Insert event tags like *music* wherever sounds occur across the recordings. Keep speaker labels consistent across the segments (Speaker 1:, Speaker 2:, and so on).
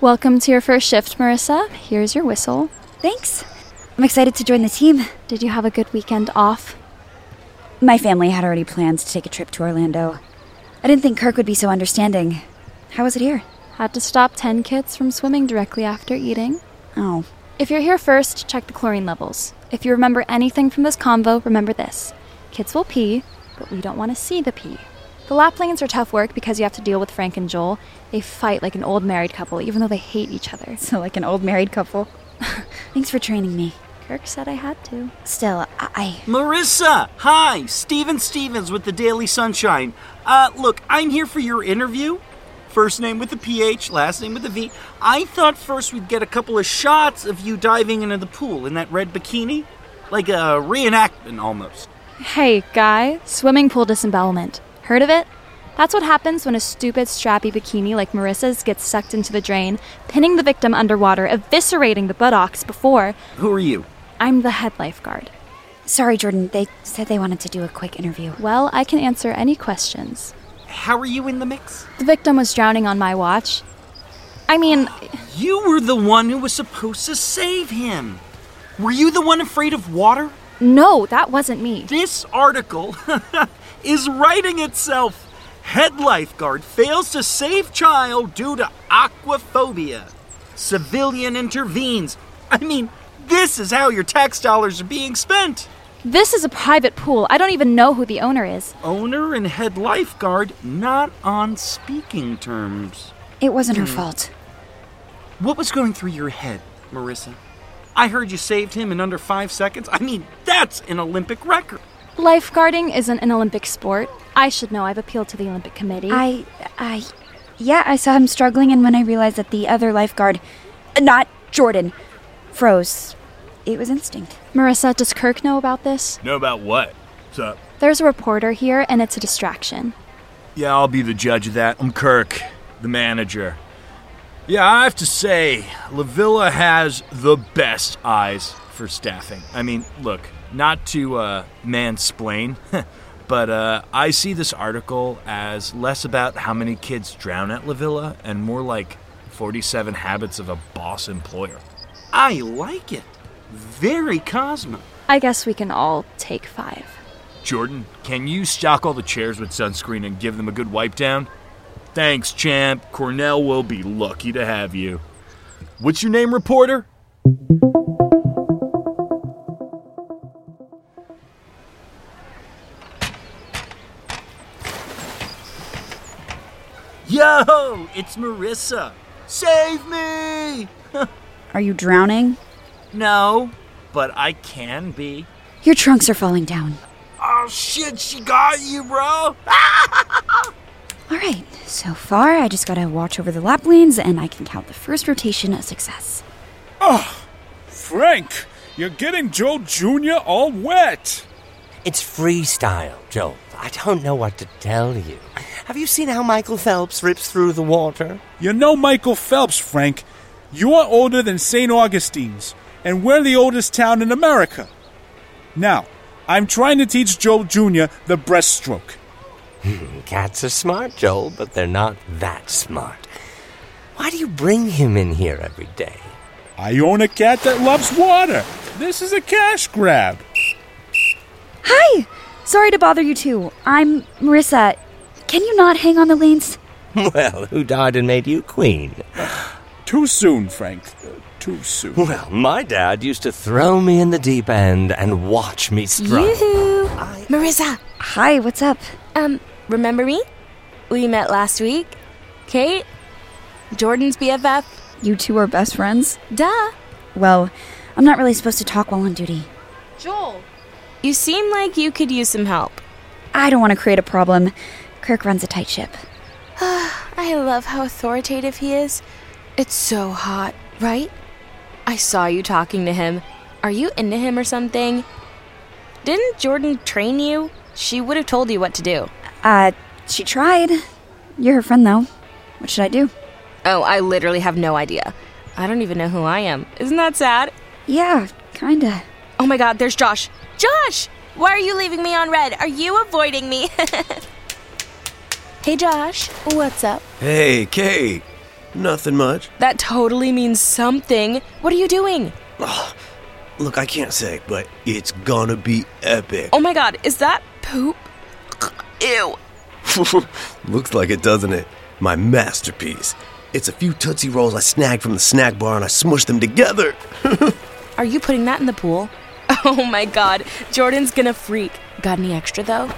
Speaker 1: Welcome to your first shift, Marissa. Here's your whistle.
Speaker 2: Thanks. I'm excited to join the team.
Speaker 1: Did you have a good weekend off?
Speaker 2: My family had already planned to take a trip to Orlando. I didn't think Kirk would be so understanding. How was it here?
Speaker 1: Had to stop 10 kids from swimming directly after eating.
Speaker 2: Oh,
Speaker 1: If you're here first, check the chlorine levels. If you remember anything from this convo, remember this kids will pee, but we don't want to see the pee. The Laplanes are tough work because you have to deal with Frank and Joel. They fight like an old married couple, even though they hate each other.
Speaker 2: so like an old married couple. *laughs* Thanks for training me.
Speaker 1: Kirk said I had to.
Speaker 2: Still, I.
Speaker 3: Marissa! Hi! Steven Stevens with the Daily Sunshine. Uh, look, I'm here for your interview. First name with a PH, last name with a V. I thought first we'd get a couple of shots of you diving into the pool in that red bikini. Like a reenactment almost.
Speaker 1: Hey, guy, swimming pool disembowelment. Heard of it? That's what happens when a stupid, strappy bikini like Marissa's gets sucked into the drain, pinning the victim underwater, eviscerating the buttocks before.
Speaker 3: Who are you?
Speaker 1: I'm the head lifeguard.
Speaker 2: Sorry, Jordan. They said they wanted to do a quick interview.
Speaker 1: Well, I can answer any questions.
Speaker 3: How are you in the mix?
Speaker 1: The victim was drowning on my watch. I mean,
Speaker 3: You were the one who was supposed to save him. Were you the one afraid of water?
Speaker 1: no, that wasn't me.
Speaker 3: This article *laughs* is writing itself. Head lifeguard fails to save child due to aquaphobia. Civilian intervenes. I mean, this is how your tax dollars are being spent.
Speaker 1: This is a private pool. I don't even know who the owner is.
Speaker 3: Owner and head lifeguard not on speaking terms.
Speaker 2: It wasn't her fault.
Speaker 3: What was going through your head, Marissa? I heard you saved him in under five seconds. I mean, that's an Olympic record.
Speaker 1: Lifeguarding isn't an Olympic sport. I should know. I've appealed to the Olympic Committee.
Speaker 2: I. I. Yeah, I saw him struggling, and when I realized that the other lifeguard. Not Jordan. Froze. It was instinct.
Speaker 1: Marissa, does Kirk know about this?
Speaker 4: Know about what? What's up?
Speaker 1: There's a reporter here, and it's a distraction.
Speaker 4: Yeah, I'll be the judge of that. I'm Kirk, the manager. Yeah, I have to say, LaVilla has the best eyes for staffing. I mean, look, not to uh, mansplain, *laughs* but uh, I see this article as less about how many kids drown at LaVilla and more like 47 habits of a boss employer.
Speaker 3: I like it. Very Cosmo.
Speaker 1: I guess we can all take five.
Speaker 4: Jordan, can you stock all the chairs with sunscreen and give them a good wipe down? Thanks, champ. Cornell will be lucky to have you. What's your name, reporter?
Speaker 3: Yo, it's Marissa. Save me!
Speaker 2: Are you drowning?
Speaker 3: No, but I can be.
Speaker 2: Your trunks are falling down.
Speaker 3: Oh shit, she got you, bro!
Speaker 2: All right, so far I just gotta watch over the lap lanes and I can count the first rotation a success.
Speaker 5: Frank, you're getting Joe Jr. all wet.
Speaker 6: It's freestyle, Joel. I don't know what to tell you. Have you seen how Michael Phelps rips through the water?
Speaker 5: You know Michael Phelps, Frank. You're older than St. Augustine's, and we're the oldest town in America. Now, I'm trying to teach Joe Jr. the breaststroke.
Speaker 6: Cats are smart, Joel, but they're not that smart. Why do you bring him in here every day? *laughs*
Speaker 5: I own a cat that loves water. This is a cash grab.
Speaker 2: Hi! Sorry to bother you two. I'm Marissa. Can you not hang on the lanes?
Speaker 6: Well, who died and made you queen?
Speaker 5: Too soon, Frank. Too soon.
Speaker 6: Well, my dad used to throw me in the deep end and watch me struggle.
Speaker 7: Yoo-hoo! Marissa,
Speaker 2: Hi, what's up?
Speaker 7: um, remember me? We met last week. Kate? Jordan's BFF?
Speaker 2: You two are best friends?
Speaker 7: Duh.
Speaker 2: Well, I'm not really supposed to talk while on duty.
Speaker 7: Joel, You seem like you could use some help.
Speaker 2: I don't want to create a problem. Kirk runs a tight ship.
Speaker 7: I love how authoritative he is. It's so hot, right? I saw you talking to him. Are you into him or something? Didn't Jordan train you? She would have told you what to do.
Speaker 2: Uh, she tried. You're her friend, though. What should I do?
Speaker 7: Oh, I literally have no idea. I don't even know who I am. Isn't that sad?
Speaker 2: Yeah, kinda.
Speaker 7: Oh my god, there's Josh. Josh! Why are you leaving me on red? Are you avoiding me? *laughs* hey, Josh. What's up?
Speaker 8: Hey, Kate. Nothing much.
Speaker 7: That totally means something. What are you doing?
Speaker 8: Look, I can't say, but it's gonna be epic.
Speaker 7: Oh my god, is that poop? Ew.
Speaker 5: Oh.
Speaker 8: *laughs* Looks like it, doesn't it? My masterpiece. It's a few Tootsie Rolls I snagged from the snack bar and I smushed them together.
Speaker 7: Are you putting that in the pool? *laughs* Oh my god, Jordan's gonna freak. Got any extra though?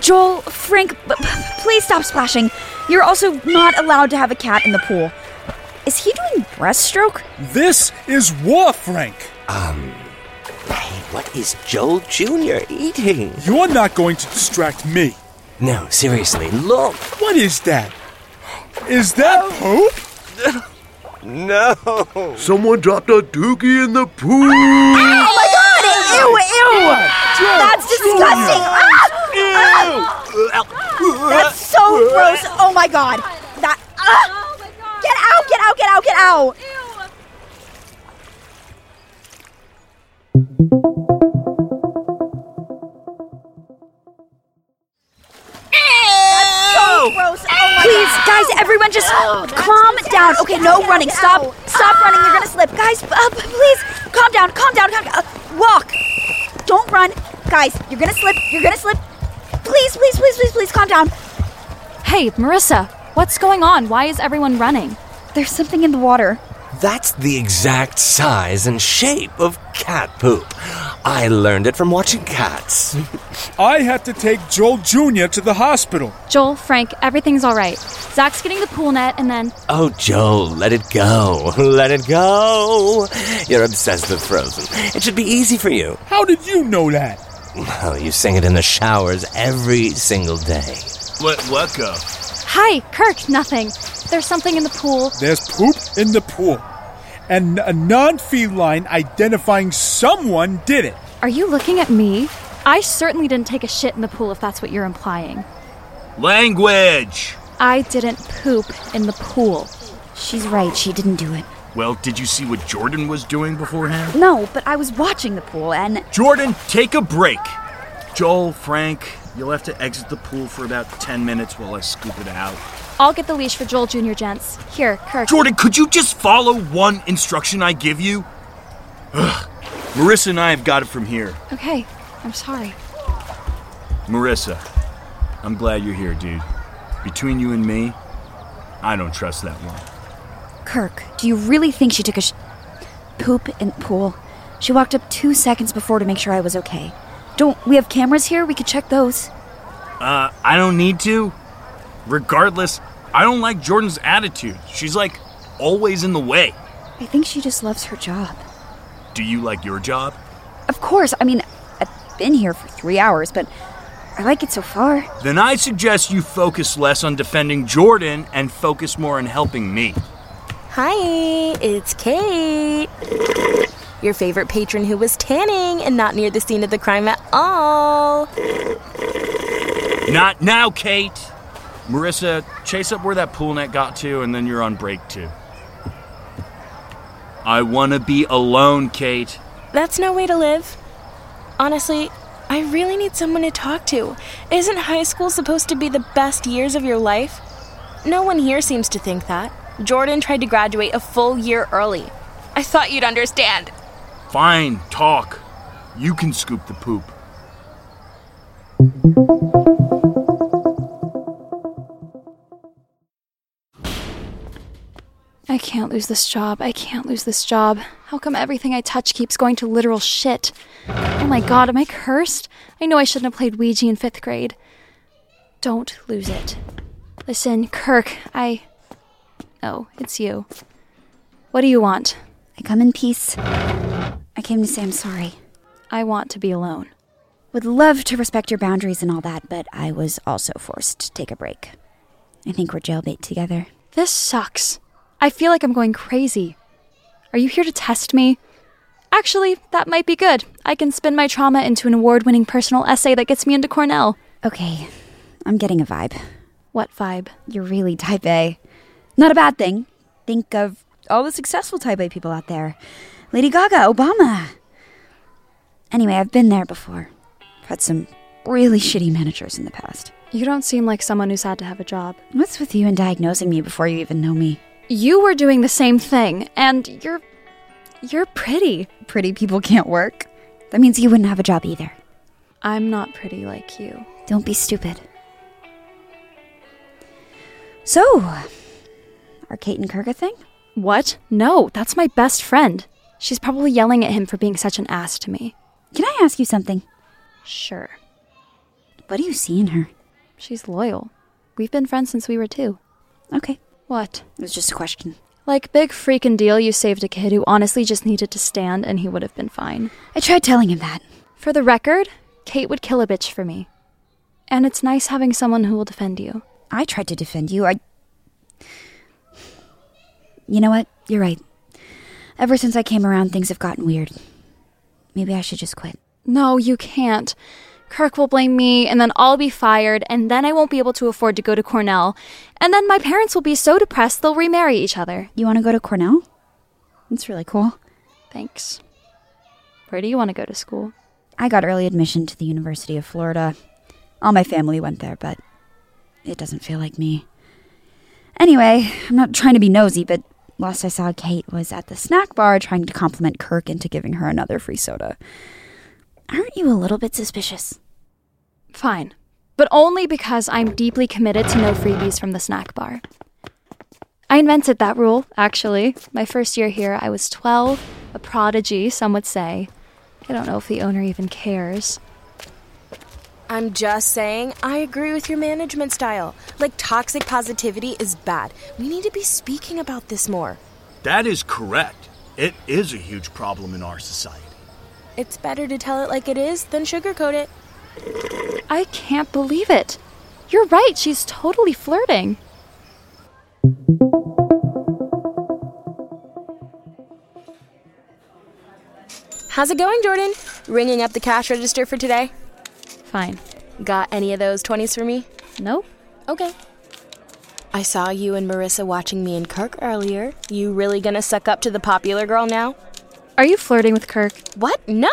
Speaker 2: Joel, Frank, b- b- please stop splashing. You're also not allowed to have a cat in the pool. Is he doing breaststroke?
Speaker 5: This is war, Frank.
Speaker 6: Hey, what is Joel Jr. eating?
Speaker 5: You're not going to distract me.
Speaker 6: No, seriously, look.
Speaker 5: What is that? Is that poop?
Speaker 6: No.
Speaker 8: Someone dropped a dookie in the pool.
Speaker 2: Oh my god! Ew, ew! That's disgusting! Ah! Ah! That's so gross! Oh my god! That. Ah! Get out! Get out! Get out! Get out! So gross. Oh my Please, guys, everyone just calm down. Okay, no running. Stop. Stop running. You're gonna slip. Guys, uh, p- please, calm down. Calm down. Calm down. Uh, walk. Don't run. Guys, you're gonna slip. You're gonna slip. Please, please, please, please, please, calm down.
Speaker 1: Hey, Marissa, what's going on? Why is everyone running?
Speaker 2: There's something in the water.
Speaker 6: That's the exact size and shape of cat poop. I learned it from watching cats.
Speaker 5: I had to take Joel Jr. to the hospital.
Speaker 1: Joel, Frank, everything's all right. Zach's getting the pool net, and then
Speaker 6: Oh, Joel, let it go. Let it go. You're obsessed with Frozen. It should be easy for you.
Speaker 5: How did you know that?
Speaker 6: Well, you sing it in the showers every single day.
Speaker 4: Let what go?
Speaker 1: hi, Kirk. Nothing. There's something in the pool.
Speaker 5: There's poop in the pool. And a non feline identifying someone did it.
Speaker 1: Are you looking at me? I certainly didn't take a shit in the pool, if that's what you're implying.
Speaker 4: Language!
Speaker 1: I didn't poop in the pool.
Speaker 2: She's right. She didn't do it.
Speaker 4: Well, did you see what Jordan was doing beforehand?
Speaker 2: No, but I was watching the pool and.
Speaker 4: Jordan, take a break. Joel, Frank, you'll have to exit the pool for about 10 minutes while I scoop it out.
Speaker 1: I'll get the leash for Joel Jr. Gents. Here, Kirk.
Speaker 4: Jordan, could you just follow one instruction I give you? Ugh. Marissa and I have got it from here.
Speaker 1: Okay, I'm sorry.
Speaker 4: Marissa, I'm glad you're here, dude. Between you and me, I don't trust that one.
Speaker 2: Kirk, do you really think she took a sh- poop in the pool? She walked up two seconds before to make sure I was okay. Don't we have cameras here? We could check those.
Speaker 4: Uh, I don't need to. Regardless, I don't like Jordan's attitude. She's like always in the way.
Speaker 2: I think she just loves her job.
Speaker 4: Do you like your job?
Speaker 2: Of course, I mean, I've been here for three hours, but I like it so far.
Speaker 4: Then I suggest you focus less on defending Jordan and focus more on helping me.
Speaker 7: Hi, it's Kate. Your favorite patron who was tanning and not near the scene of the crime at all.
Speaker 4: Not now, Kate. Marissa, chase up where that pool net got to, and then you're on break two. I want to be alone, Kate.
Speaker 7: That's no way to live. Honestly, I really need someone to talk to. Isn't high school supposed to be the best years of your life? No one here seems to think that. Jordan tried to graduate a full year early. I thought you'd understand.
Speaker 4: Fine, talk. You can scoop the poop.
Speaker 1: I can't lose this job. I can't lose this job. How come everything I touch keeps going to literal shit? Oh my god, am I cursed? I know I shouldn't have played Ouija in fifth grade. Don't lose it. Listen, Kirk, I. Oh, it's you. What do you want?
Speaker 2: I come in peace. I came to say I'm sorry.
Speaker 1: I want to be alone.
Speaker 2: Well, Would love to respect your boundaries and all that, but I was also forced to take a break. I think we're jailbait together.
Speaker 1: This sucks. I feel like I'm going crazy. Are you here to test me? Actually, that might be good. I can spin my trauma into an award winning personal essay that gets me into Cornell.
Speaker 2: Okay, I'm getting a vibe.
Speaker 1: What vibe?
Speaker 2: You're really type A. Not a bad thing. Think of all the successful type A people out there Lady Gaga, Obama. Anyway, I've been there before. I've had some really shitty managers in the past.
Speaker 1: You don't seem like someone who's had to have a job.
Speaker 2: What's with you and diagnosing me before you even know me?
Speaker 1: You were doing the same thing, and you're. You're pretty.
Speaker 2: Pretty people can't work. That means you wouldn't have a job either.
Speaker 1: I'm not pretty like you.
Speaker 2: Don't be stupid. So, our Kate and Kirka thing?
Speaker 1: What? No, that's my best friend. She's probably yelling at him for being such an ass to me.
Speaker 2: Can I ask you something?
Speaker 1: Sure.
Speaker 2: What do you see in her?
Speaker 1: She's loyal. We've been friends since we were two.
Speaker 2: Okay,
Speaker 1: What?
Speaker 2: it was just a question.
Speaker 1: Like, big freaking deal, you saved a kid who honestly just needed to stand and he would have been fine.
Speaker 2: I tried telling him that.
Speaker 1: For the record, Kate would kill a bitch for me. And it's nice having someone who will defend you.
Speaker 2: I tried to defend you. I. You know what? You're right. Ever since I came around, things have gotten weird. Maybe I should just quit.
Speaker 1: No, you can't. Kirk will blame me, and then I'll be fired, and then I won't be able to afford to go to Cornell, and then my parents will be so depressed they'll remarry each other.
Speaker 2: You want to go to Cornell? That's really cool.
Speaker 1: Thanks. Where do you want to go to school?
Speaker 2: I got early admission to the University of Florida. All my family went there, but it doesn't feel like me. Anyway, I'm not trying to be nosy, but last I saw Kate was at the snack bar trying to compliment Kirk into giving her another free soda. Aren't you a little bit suspicious?
Speaker 1: Fine. But only because I'm deeply committed to no freebies from the snack bar. I invented that rule, actually. My first year here, I was 12, a prodigy, some would say. I don't know if the owner even cares.
Speaker 7: I'm just saying, I agree with your management style. Like, toxic positivity is bad. We need to be speaking about this more.
Speaker 4: That is correct. It is a huge problem in our society.
Speaker 7: It's better to tell it like it is than sugarcoat it.
Speaker 1: I can't believe it. You're right, she's totally flirting.
Speaker 7: How's it going, Jordan? Ringing up the cash register for today.
Speaker 1: Fine.
Speaker 7: Got any of those 20s for me?
Speaker 1: Nope.
Speaker 7: Okay. I saw you and Marissa watching me and Kirk earlier. You really gonna suck up to the popular girl now?
Speaker 1: Are you flirting with Kirk?
Speaker 7: What? No!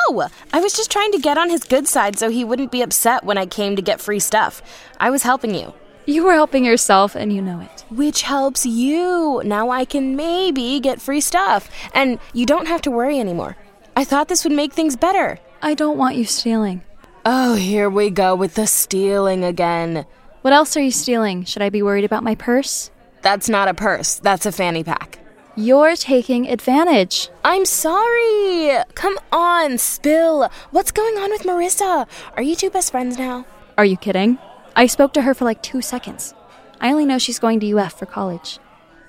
Speaker 7: I was just trying to get on his good side so he wouldn't be upset when I came to get free stuff. I was helping you.
Speaker 1: You were helping yourself and you know it.
Speaker 7: Which helps you. Now I can maybe get free stuff. And you don't have to worry anymore. I thought this would make things better.
Speaker 1: I don't want you stealing.
Speaker 7: Oh, here we go with the stealing again.
Speaker 1: What else are you stealing? Should I be worried about my purse?
Speaker 7: That's not a purse, that's a fanny pack.
Speaker 1: You're taking advantage.
Speaker 7: I'm sorry. Come on, spill. What's going on with Marissa? Are you two best friends now?
Speaker 1: Are you kidding? I spoke to her for like two seconds. I only know she's going to UF for college.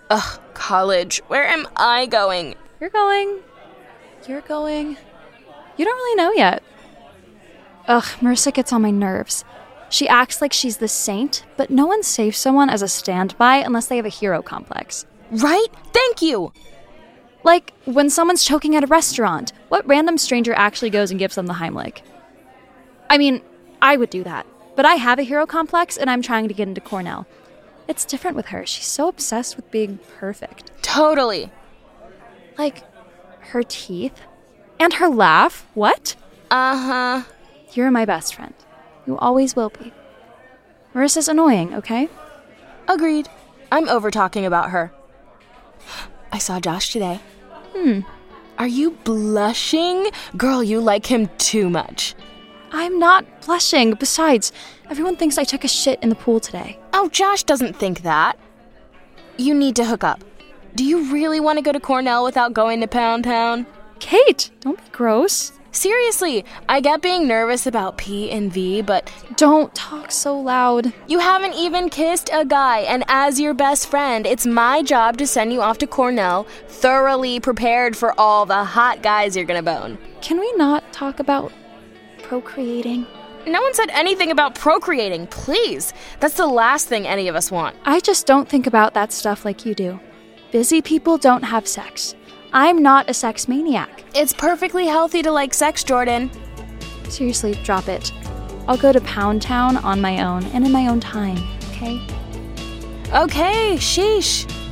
Speaker 7: Ugh, college. Where am I going?
Speaker 1: You're going. You're going. You don't really know yet. Ugh, Marissa gets on my nerves. She acts like she's the saint, but no one saves someone as a standby unless they have a hero complex.
Speaker 7: Right? Thank you.
Speaker 1: Like when someone's choking at a restaurant, what random stranger actually goes and gives them the Heimlich? I mean, I would do that, but I have a hero complex and I'm trying to get into Cornell. It's different with her. She's so obsessed with being perfect.
Speaker 7: Totally.
Speaker 1: Like her teeth and her laugh. What?
Speaker 7: Uh huh.
Speaker 1: You're my best friend. You always will be. Marissa's annoying, okay?
Speaker 7: Agreed. I'm over talking about her. *gasps* I saw Josh today.
Speaker 1: Hmm.
Speaker 7: Are you blushing? Girl, you like him too much.
Speaker 1: I'm not blushing. Besides, everyone thinks I took a shit in the pool today.
Speaker 7: Oh, Josh doesn't think that. You need to hook up. Do you really want to go to Cornell without going to Pound Town?
Speaker 1: Kate, don't be gross.
Speaker 7: Seriously, I get being nervous about P and V, but
Speaker 1: Don't talk so loud.
Speaker 7: you haven't even kissed a guy, and as your best friend, it's my job to send you off to Cornell thoroughly prepared for all the hot guys you're gonna bone.
Speaker 1: Can we not talk about procreating?
Speaker 7: No one said anything about procreating, please. That's the last thing any of us want.
Speaker 1: I just don't think about that stuff like you do. Busy people don't have sex. I'm not a sex maniac.
Speaker 7: It's perfectly healthy to like sex, Jordan.
Speaker 1: Seriously, drop it. I'll go to Pound Town on my own and in my own time, okay?
Speaker 7: Okay, sheesh.